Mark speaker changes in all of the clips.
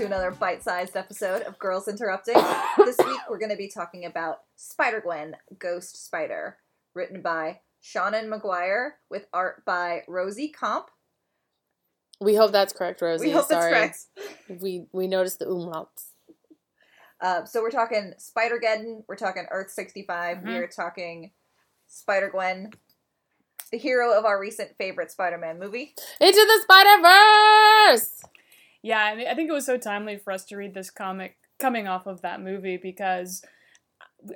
Speaker 1: another bite sized episode of Girls Interrupting. this week we're going to be talking about Spider Gwen Ghost Spider, written by Shannon McGuire with art by Rosie Comp.
Speaker 2: We hope that's correct, Rosie.
Speaker 1: We hope
Speaker 2: Sorry.
Speaker 1: it's correct.
Speaker 2: We we noticed the umlauts.
Speaker 1: Uh, so we're talking Spider Geddon, we're talking Earth 65,
Speaker 2: Mhm.
Speaker 1: we're talking Spider Gwen, the hero of our recent favorite Spider Man movie.
Speaker 2: Into the Spider Verse.
Speaker 3: Yeah, I, mean, I think it was so timely for us to read this comic coming off of that movie because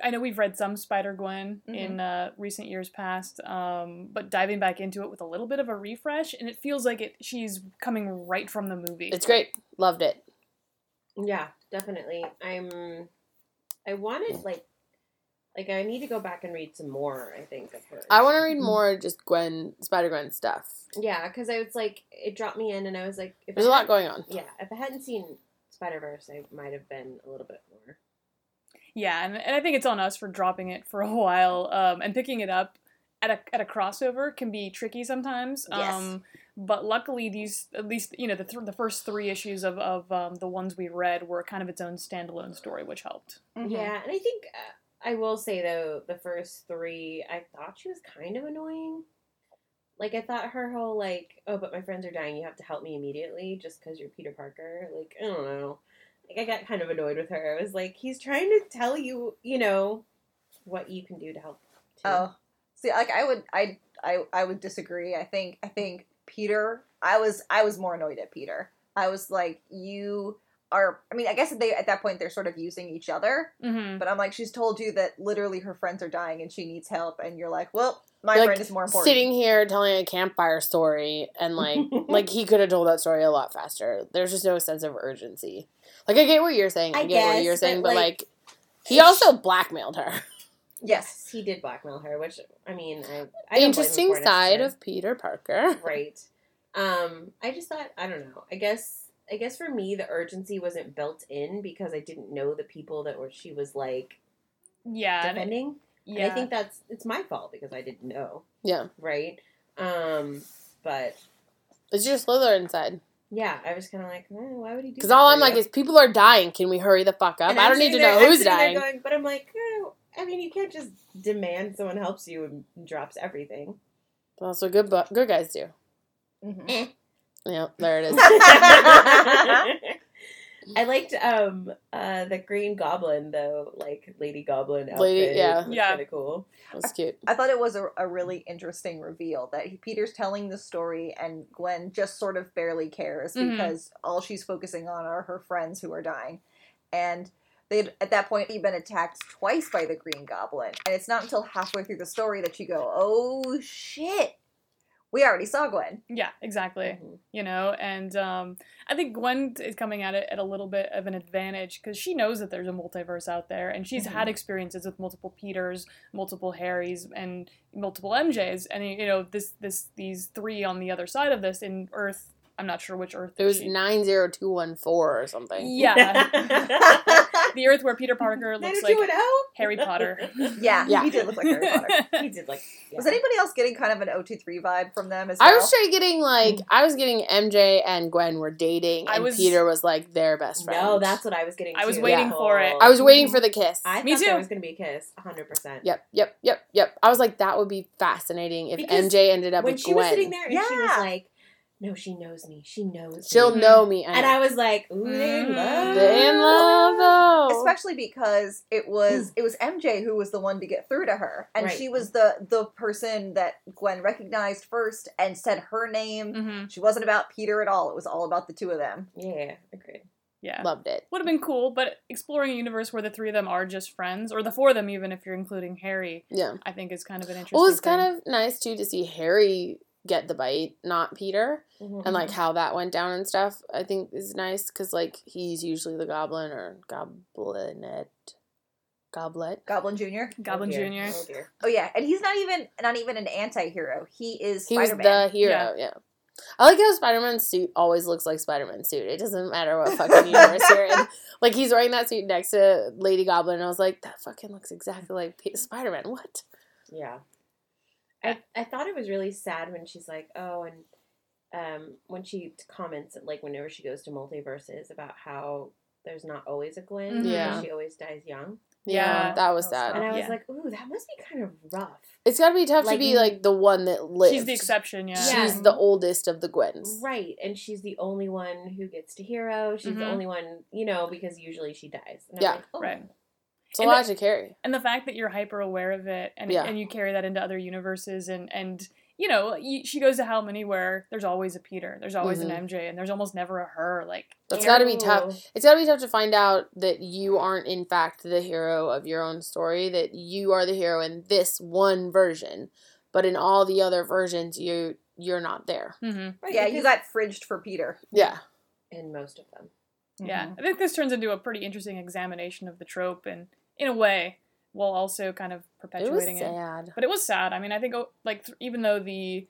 Speaker 3: I know we've read some Spider Gwen
Speaker 1: Mhm.
Speaker 2: Mm-hmm.
Speaker 3: in uh, recent years past, um, but diving back into it with a little bit of a refresh, and it feels like it she's coming right from the movie.
Speaker 2: It's great. Loved it.
Speaker 4: Yeah, definitely. I'm. I wanted like, like I need to go back and read some more. I think of her.
Speaker 2: I want to read more just Gwen Spider Gwen stuff.
Speaker 4: Yeah, because I was like, it dropped me in, and I was like, if
Speaker 2: There's
Speaker 4: I
Speaker 2: a lot
Speaker 4: hadn't-
Speaker 2: going on.
Speaker 4: Yeah, if I hadn't seen Spider Verse, I might have been a little bit more.
Speaker 3: Yeah, and, and I think it's on us for dropping it for a while um, and picking it up at a, at a crossover can be tricky sometimes.
Speaker 2: Yes.
Speaker 3: Um, but luckily, these at least you know the th- the first three issues of of um, the ones we read were kind of its own standalone story, which helped.
Speaker 2: Mm-hmm.
Speaker 4: Yeah, and I think uh, I will say though, the first three, I thought she was kind of annoying. Like I thought her whole like, oh, but my friends are dying. You have to help me immediately just because you're Peter Parker. Like I don't know. Like I got kind of annoyed with her. I was like, he's trying to tell you, you know, what you can do to help. too.
Speaker 1: Oh, see, like I would, I, I, I would disagree. I think, I think Peter. I was, I was more annoyed at Peter. I was like, you are. I mean, I guess they at that point they're sort of using each other.
Speaker 3: Mm-hmm.
Speaker 1: But I'm like, she's told you that literally her friends are dying and she needs help, and you're like, well, my
Speaker 2: Like,
Speaker 1: friend is more important.
Speaker 2: Sitting here telling a campfire story and like like he could have told that story a lot faster. There's just no sense of urgency. Like I get what you're saying. I,
Speaker 4: I
Speaker 2: get
Speaker 4: guess,
Speaker 2: what you're
Speaker 4: but,
Speaker 2: saying, but
Speaker 4: like,
Speaker 2: like he also blackmailed her.
Speaker 1: yes.
Speaker 4: he did blackmail her, which I mean, I, I don't blame him
Speaker 2: Interesting
Speaker 4: for it,
Speaker 2: side
Speaker 4: it's
Speaker 2: of Peter Parker.
Speaker 4: right. Um, I just thought I don't know. I guess I guess for me the urgency wasn't built in because I didn't know the people that were she was like
Speaker 3: Yeah, and-
Speaker 4: defending. And
Speaker 3: yeah.
Speaker 4: I think that's it's my fault because I didn't know,
Speaker 2: Yeah.
Speaker 4: right? Um, but
Speaker 2: It's your Slytherin side.
Speaker 4: yeah, I was kind of like, eh, why would he do?
Speaker 2: Because
Speaker 4: that
Speaker 2: all
Speaker 4: for
Speaker 2: I'm like
Speaker 4: you?
Speaker 2: is people are dying. Can we hurry the fuck up?
Speaker 4: And
Speaker 2: I
Speaker 4: I'm
Speaker 2: don't need to
Speaker 4: sitting there-
Speaker 2: know
Speaker 4: I'm
Speaker 2: who's
Speaker 4: sitting there
Speaker 2: dying.
Speaker 4: going, but I'm like, oh, I mean, you can't just demand someone helps you and drops everything.
Speaker 2: Well, That's what good bu- good guys do.
Speaker 1: Mhm.
Speaker 2: Yeah, there it is.
Speaker 4: I liked um uh the Green Goblin though, like Lady Goblin outfit.
Speaker 2: Lady- yeah.
Speaker 4: was
Speaker 3: Yeah.
Speaker 4: Kind of cool.
Speaker 2: That's cute.
Speaker 1: I thought it was a, a really interesting reveal that he, Peter's telling the story and Gwen just sort of barely cares
Speaker 3: Mhm.
Speaker 1: because all she's focusing on are her friends who are dying. And they'd at that point been attacked twice by the Green Goblin. And it's not until halfway through the story that you go, oh shit, we already saw Gwen.
Speaker 3: yeah, exactly.
Speaker 4: Mhm.
Speaker 3: You know, and um, I think Gwen is coming at it at a little bit of an advantage because she knows that there's a multiverse out there, and she's
Speaker 1: Mhm.
Speaker 3: had experiences with multiple Peters, multiple Harrys, and multiple MJs, and you know this this these three on the other side of this in Earth. I'm not sure which Earth.
Speaker 2: It was
Speaker 3: she-
Speaker 2: nine zero two one four or something.
Speaker 3: yeah, the Earth where Peter Parker
Speaker 4: Nine
Speaker 3: looks
Speaker 4: oh two
Speaker 3: like
Speaker 4: and oh?
Speaker 3: Harry Potter.
Speaker 1: yeah,
Speaker 2: Yeah.
Speaker 1: he did look like Harry Potter.
Speaker 4: he did like. Yeah.
Speaker 1: Was anybody else getting kind of an 023 vibe from them as well?
Speaker 2: I was straight getting like I was getting MJ and Gwen were dating,
Speaker 3: I
Speaker 2: and
Speaker 3: was-
Speaker 2: Peter was like their best friend.
Speaker 4: No, that's what I was getting.
Speaker 3: I was
Speaker 4: too.
Speaker 3: waiting
Speaker 4: Yeah.
Speaker 3: for it.
Speaker 2: I was waiting for the kiss.
Speaker 4: I
Speaker 3: Me
Speaker 4: thought there
Speaker 3: too.
Speaker 4: was going to be a kiss, 100. percent
Speaker 2: Yep, yep, yep, yep. I was like, that would be fascinating if
Speaker 4: Because
Speaker 2: MJ ended up
Speaker 4: When
Speaker 2: with
Speaker 4: she was
Speaker 2: Gwen.
Speaker 4: sitting there and she
Speaker 1: Yeah.
Speaker 4: was like, "No, she knows me. She knows."
Speaker 2: She'll
Speaker 4: me.
Speaker 2: know me.
Speaker 4: mm-hmm. And I was like, "Ooh, they
Speaker 3: Mm.
Speaker 4: in love."
Speaker 2: They in love though.
Speaker 1: especially because it was it was MJ who was the one to get through to her, and
Speaker 4: Right.
Speaker 1: she was the the person that Gwen recognized first and said her name.
Speaker 3: hmm
Speaker 1: She wasn't about Peter at all; it was all about the two of them.
Speaker 4: Yeah, agreed.
Speaker 3: Yeah.
Speaker 2: Loved it.
Speaker 3: would have been cool, but exploring a universe where the three of them are just friends, or the four of them, even if you're including Harry,
Speaker 2: Yeah.
Speaker 3: I think is kind of an interesting.
Speaker 2: Well, it's
Speaker 3: thing.
Speaker 2: kind of nice too to see Harry get the bite, not Peter,
Speaker 4: Mhm.
Speaker 2: and like how that went down and stuff. I think is nice because like he's usually the goblin or goblinet, goblet.
Speaker 1: Goblin Junior.
Speaker 3: Goblin
Speaker 4: Oh, dear.
Speaker 3: Junior.
Speaker 4: Oh, dear.
Speaker 1: Oh yeah, and he's not even not even an anti-hero. He is
Speaker 2: He was
Speaker 1: Spider Man.
Speaker 2: the hero. Yeah.
Speaker 3: Yeah.
Speaker 2: I like how Spider Man's suit always looks like Spider Man's suit. It doesn't matter what fucking universe you're in. Like he's wearing that suit next to Lady Goblin, and I was like, that fucking looks exactly like Spider Man. What?
Speaker 4: Yeah. I, I thought it was really sad when she's like, oh, and um, when she comments, like whenever she goes to multiverses, about how there's not always a Gwen,
Speaker 3: Mhm.
Speaker 2: Yeah. Oh,
Speaker 4: she always dies young,
Speaker 2: Yeah,
Speaker 3: Yeah,
Speaker 2: that was
Speaker 1: that was
Speaker 2: sad.
Speaker 4: and I was
Speaker 3: Yeah.
Speaker 4: like, ooh, that must be kind of rough.
Speaker 2: It's got to be tough to
Speaker 4: Like-
Speaker 2: be like the one that lives.
Speaker 3: She's the exception, yeah.
Speaker 4: Yeah.
Speaker 2: She's the oldest of the Gwens.
Speaker 4: Right, and she's the only one who gets to hero. She's the
Speaker 3: Mhm.
Speaker 4: only one, you know, because usually she dies. And
Speaker 2: Yeah.
Speaker 4: I'm like, oh,
Speaker 3: Right.
Speaker 2: It's a
Speaker 3: And
Speaker 2: lot
Speaker 3: the-
Speaker 2: to carry.
Speaker 3: and the fact that you're hyper aware of it and
Speaker 2: Yeah.
Speaker 3: and you carry that into other universes and and you know you, she goes to how many where there's always a Peter, there's always
Speaker 2: Mm-hmm.
Speaker 3: an MJ, and there's almost never a her. Like
Speaker 2: That's got to be
Speaker 4: ew.
Speaker 2: tough. It's got to be tough to find out that you aren't, in fact, the hero of your own story, that you are the hero in this one version, but in all the other versions, you you're not there.
Speaker 3: mhm,
Speaker 4: Right,
Speaker 1: Yeah, you
Speaker 4: because-
Speaker 1: got fridged for Peter. Mm-hmm.
Speaker 2: Yeah.
Speaker 4: in most of them.
Speaker 3: yeah, I think this turns into a pretty interesting examination of the trope, and in a way, while also kind of
Speaker 2: It was
Speaker 3: perpetuating it.
Speaker 2: sad.
Speaker 3: But it was sad. I mean, I think oh, like th- even though the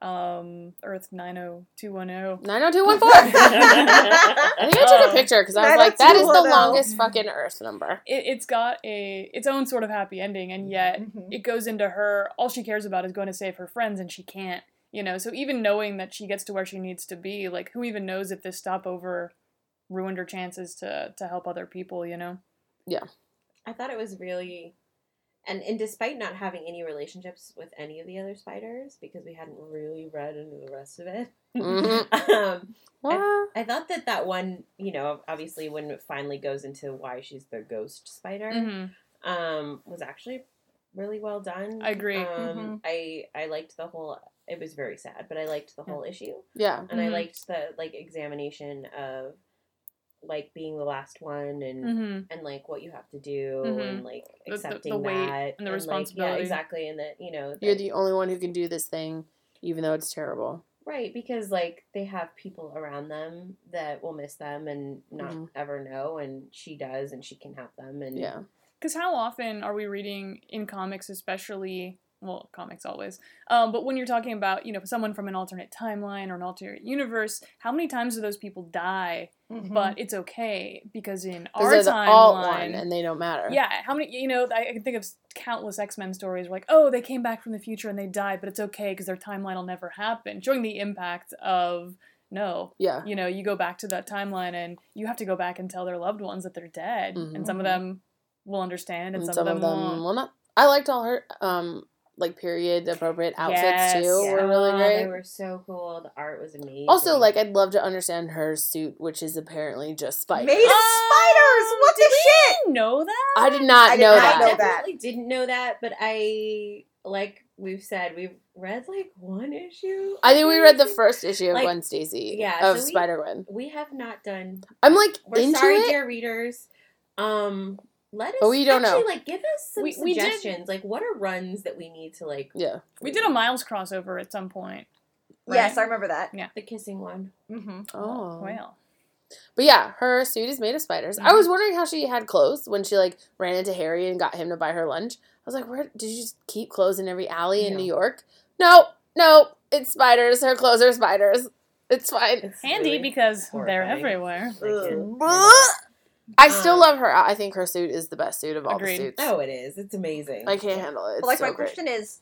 Speaker 3: um Earth nine oh two one oh
Speaker 2: 90214. I think I took a
Speaker 3: Oh.
Speaker 2: picture because I was like, that is the
Speaker 1: 90210.
Speaker 2: longest fucking Earth number.
Speaker 3: it, it's got a its own sort of happy ending, and yet
Speaker 1: Mm-hmm.
Speaker 3: it goes into her all she cares about is going to save her friends and she can't you know so even knowing that she gets to where she needs to be like who even knows if this stopover ruined her chances to to help other people you know
Speaker 4: I thought it was really, and and despite not having any relationships with any of the other spiders because we hadn't really read into the rest of it,
Speaker 2: Mhm.
Speaker 4: um,
Speaker 2: What?
Speaker 4: I thought that that one, you know, obviously when it finally goes into why she's the ghost spider,
Speaker 3: Mm-hmm.
Speaker 4: um, was actually really well done.
Speaker 3: I agree. Mm-hmm.
Speaker 4: Um, I I liked the whole. It was very sad, but I liked the whole issue,
Speaker 2: Yeah.
Speaker 4: and I
Speaker 3: Mhm.
Speaker 4: liked the like examination of like being the last one and
Speaker 3: hmm
Speaker 4: and like what you have to do
Speaker 3: Mhm.
Speaker 4: and like
Speaker 3: The- the- the
Speaker 4: accepting
Speaker 3: weight
Speaker 4: that
Speaker 3: and the
Speaker 4: Like,
Speaker 3: responsibility.
Speaker 4: yeah, exactly, and that you know,
Speaker 2: You're
Speaker 4: that-
Speaker 2: the only one who can do this thing, even though it's terrible.
Speaker 4: right because like they have people around them that will miss them and not
Speaker 2: Mhm.
Speaker 4: ever know, and she does, and she can help them, and
Speaker 2: Yeah.
Speaker 3: because how often are we reading in comics especially well comics always um, but when you're talking about you know someone from an alternate timeline or an alternate universe how many times do those people die
Speaker 1: Mm-hmm.
Speaker 3: but it's okay because in
Speaker 2: Mm-hmm. Because
Speaker 3: our
Speaker 2: they're the alt
Speaker 3: timeline
Speaker 2: one and they don't matter.
Speaker 3: Yeah, how many? You know, I I can think of countless X Men stories where, like, oh, they came back from the future and they died, but it's okay because their timeline will never happen. Showing the impact of no,
Speaker 2: Yeah.
Speaker 3: you know, you go back to that timeline and you have to go back and tell their loved ones that they're dead, and some
Speaker 1: Mhm.
Speaker 3: of them will understand and, some, of them, won't.
Speaker 2: will not. I liked all her um like period appropriate outfits
Speaker 3: Yes.
Speaker 2: too.
Speaker 3: Yeah.
Speaker 2: Were really
Speaker 4: Oh,
Speaker 2: great.
Speaker 4: They were so cool. The art was amazing.
Speaker 2: also, like I'd love to understand her suit, which is apparently just spiders.
Speaker 1: Made of spiders! What the shit?
Speaker 3: I know that.
Speaker 2: I did not
Speaker 1: I did
Speaker 2: know
Speaker 1: not
Speaker 2: that.
Speaker 1: know
Speaker 4: I
Speaker 1: that.
Speaker 4: definitely didn't know that, but I like we've said we've read like one issue.
Speaker 2: I think we read the first issue of
Speaker 4: Like,
Speaker 2: Gwen Stacy.
Speaker 4: yeah,
Speaker 2: of
Speaker 4: so we-
Speaker 2: Spider Gwen.
Speaker 4: We have not done.
Speaker 2: I'm like
Speaker 4: We're
Speaker 2: into
Speaker 4: sorry,
Speaker 2: it.
Speaker 4: dear readers. Um, let us.
Speaker 2: Oh, we don't
Speaker 4: actually,
Speaker 2: know.
Speaker 4: Like, give us some
Speaker 3: We- we did-
Speaker 4: suggestions. like, what are runs that we need to like?
Speaker 2: Yeah.
Speaker 3: We did a Miles crossover at some point. right?
Speaker 1: Yes, I remember that. Mm-hmm.
Speaker 4: the kissing one.
Speaker 2: Oh.
Speaker 3: well,
Speaker 2: But yeah, her suit is made of spiders. I
Speaker 4: Mm-hmm.
Speaker 2: was wondering how she had clothes when she like ran into Harry and got him to buy her lunch. I was like, where did you just keep clothes in every alley in
Speaker 4: No.
Speaker 2: New York? No, no, it's spiders. Her clothes are spiders. It's fine.
Speaker 4: It's
Speaker 3: handy
Speaker 4: really-
Speaker 3: because
Speaker 4: horrifying.
Speaker 3: they're everywhere.
Speaker 1: Ugh.
Speaker 2: I still
Speaker 4: Um,
Speaker 2: love her. out. I think her suit is the best suit of all
Speaker 3: Agreed.
Speaker 2: the suits.
Speaker 4: Oh, it is. It's amazing.
Speaker 2: I can't handle it. It's
Speaker 1: But like
Speaker 2: so
Speaker 1: my
Speaker 2: great.
Speaker 1: question is,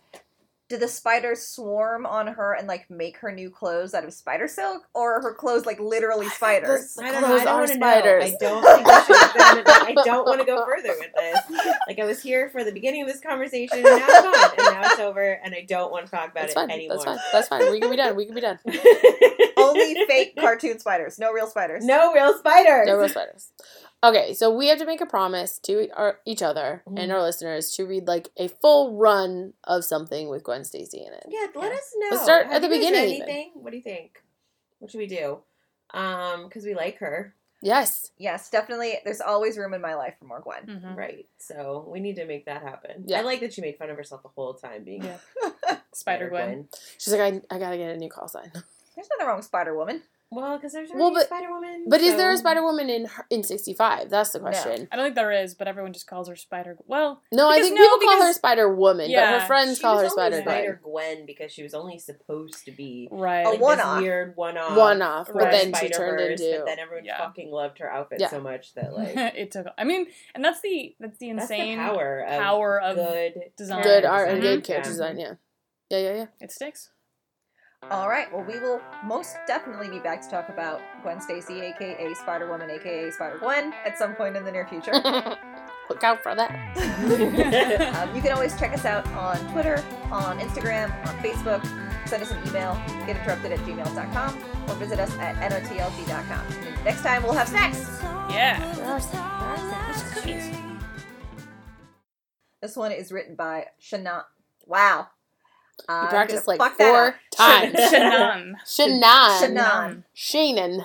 Speaker 1: did the spiders swarm on her and like make her new clothes out of spider silk, or are her clothes like literally spiders?
Speaker 4: I don't know.
Speaker 2: Clothes
Speaker 4: I don't
Speaker 2: are
Speaker 4: want to know.
Speaker 2: spiders.
Speaker 4: I don't think we should have been, like, I don't want to go further with this. Like I was here for the beginning of this conversation, and now it's gone, and now it's over, and I don't want to talk about
Speaker 2: That's
Speaker 4: it
Speaker 2: fine.
Speaker 4: anymore.
Speaker 2: That's fine. That's fine. We can be done. We can be done.
Speaker 1: Only fake cartoon spiders, no real spiders.
Speaker 4: no real spiders.
Speaker 2: No real spiders. Okay, so we have to make a promise to e-, our, each other and
Speaker 4: Mm-hmm.
Speaker 2: our listeners to read like a full run of something with Gwen Stacy in it.
Speaker 4: Yeah, let us know.
Speaker 2: Let's start
Speaker 4: Have
Speaker 2: at the
Speaker 4: you guys read
Speaker 2: beginning, even.
Speaker 4: Anything? What do you think? What should we do? Um, because we like her,
Speaker 2: Yes.
Speaker 1: Yes, definitely. There's always room in my life for more Gwen.
Speaker 2: Hmm.
Speaker 3: Mhm.
Speaker 4: right? So we need to make that happen.
Speaker 2: Mm-hmm. Yeah.
Speaker 4: I like that she made fun of herself the whole time being
Speaker 3: Yeah. Spider Gwen.
Speaker 2: She's like, I, I gotta get a new call sign.
Speaker 1: There's nothing wrong with Spider Woman.
Speaker 4: Well, because there's
Speaker 2: Well,
Speaker 4: already
Speaker 2: but-
Speaker 4: Spider Woman.
Speaker 2: But is there a Spider Woman in her- in sixty five? That's the
Speaker 1: No.
Speaker 2: question.
Speaker 3: I don't think there is, but everyone just calls her Spider. Well,
Speaker 2: No, I
Speaker 3: Because
Speaker 2: think
Speaker 3: no,
Speaker 2: people call her
Speaker 3: because-
Speaker 2: Spider Woman, but her
Speaker 3: Yeah,
Speaker 2: friends call her Spider Gwen.
Speaker 4: Spider Gwen because she was only supposed to be
Speaker 3: right?
Speaker 1: A
Speaker 4: like,
Speaker 1: one-off.
Speaker 4: this weird one off.
Speaker 2: One off, but
Speaker 3: Right.
Speaker 2: then she turned into
Speaker 4: But then everyone
Speaker 3: Yeah.
Speaker 4: fucking loved her outfit
Speaker 2: Yeah.
Speaker 4: so much that like
Speaker 3: it took. I mean, and that's the that's the
Speaker 4: that's the
Speaker 3: insane power,
Speaker 4: power of
Speaker 3: of
Speaker 4: good
Speaker 3: design.
Speaker 2: good
Speaker 4: character
Speaker 2: art and
Speaker 3: design.
Speaker 2: good character
Speaker 4: Yeah.
Speaker 2: design. Yeah, yeah, yeah, yeah.
Speaker 3: it sticks.
Speaker 1: All right. Well, we will most definitely be back to talk about Gwen Stacy, aka Spider Woman, aka Spider Gwen, at some point in the near future.
Speaker 2: Look out for that.
Speaker 1: Um, you can always check us out on Twitter, on Instagram, on Facebook. Send us an email, getinterrupted at gmail.com, or visit us at notlg.com. Next time, we'll have snacks.
Speaker 3: Yeah.
Speaker 1: This one is written by Shana. Wow. I'm
Speaker 2: practiced
Speaker 1: Uh, gonna
Speaker 2: like
Speaker 1: fuck that
Speaker 2: four
Speaker 1: up.
Speaker 2: times.
Speaker 3: Shannon.
Speaker 2: Shannon.
Speaker 1: Shannon.
Speaker 2: Shannon.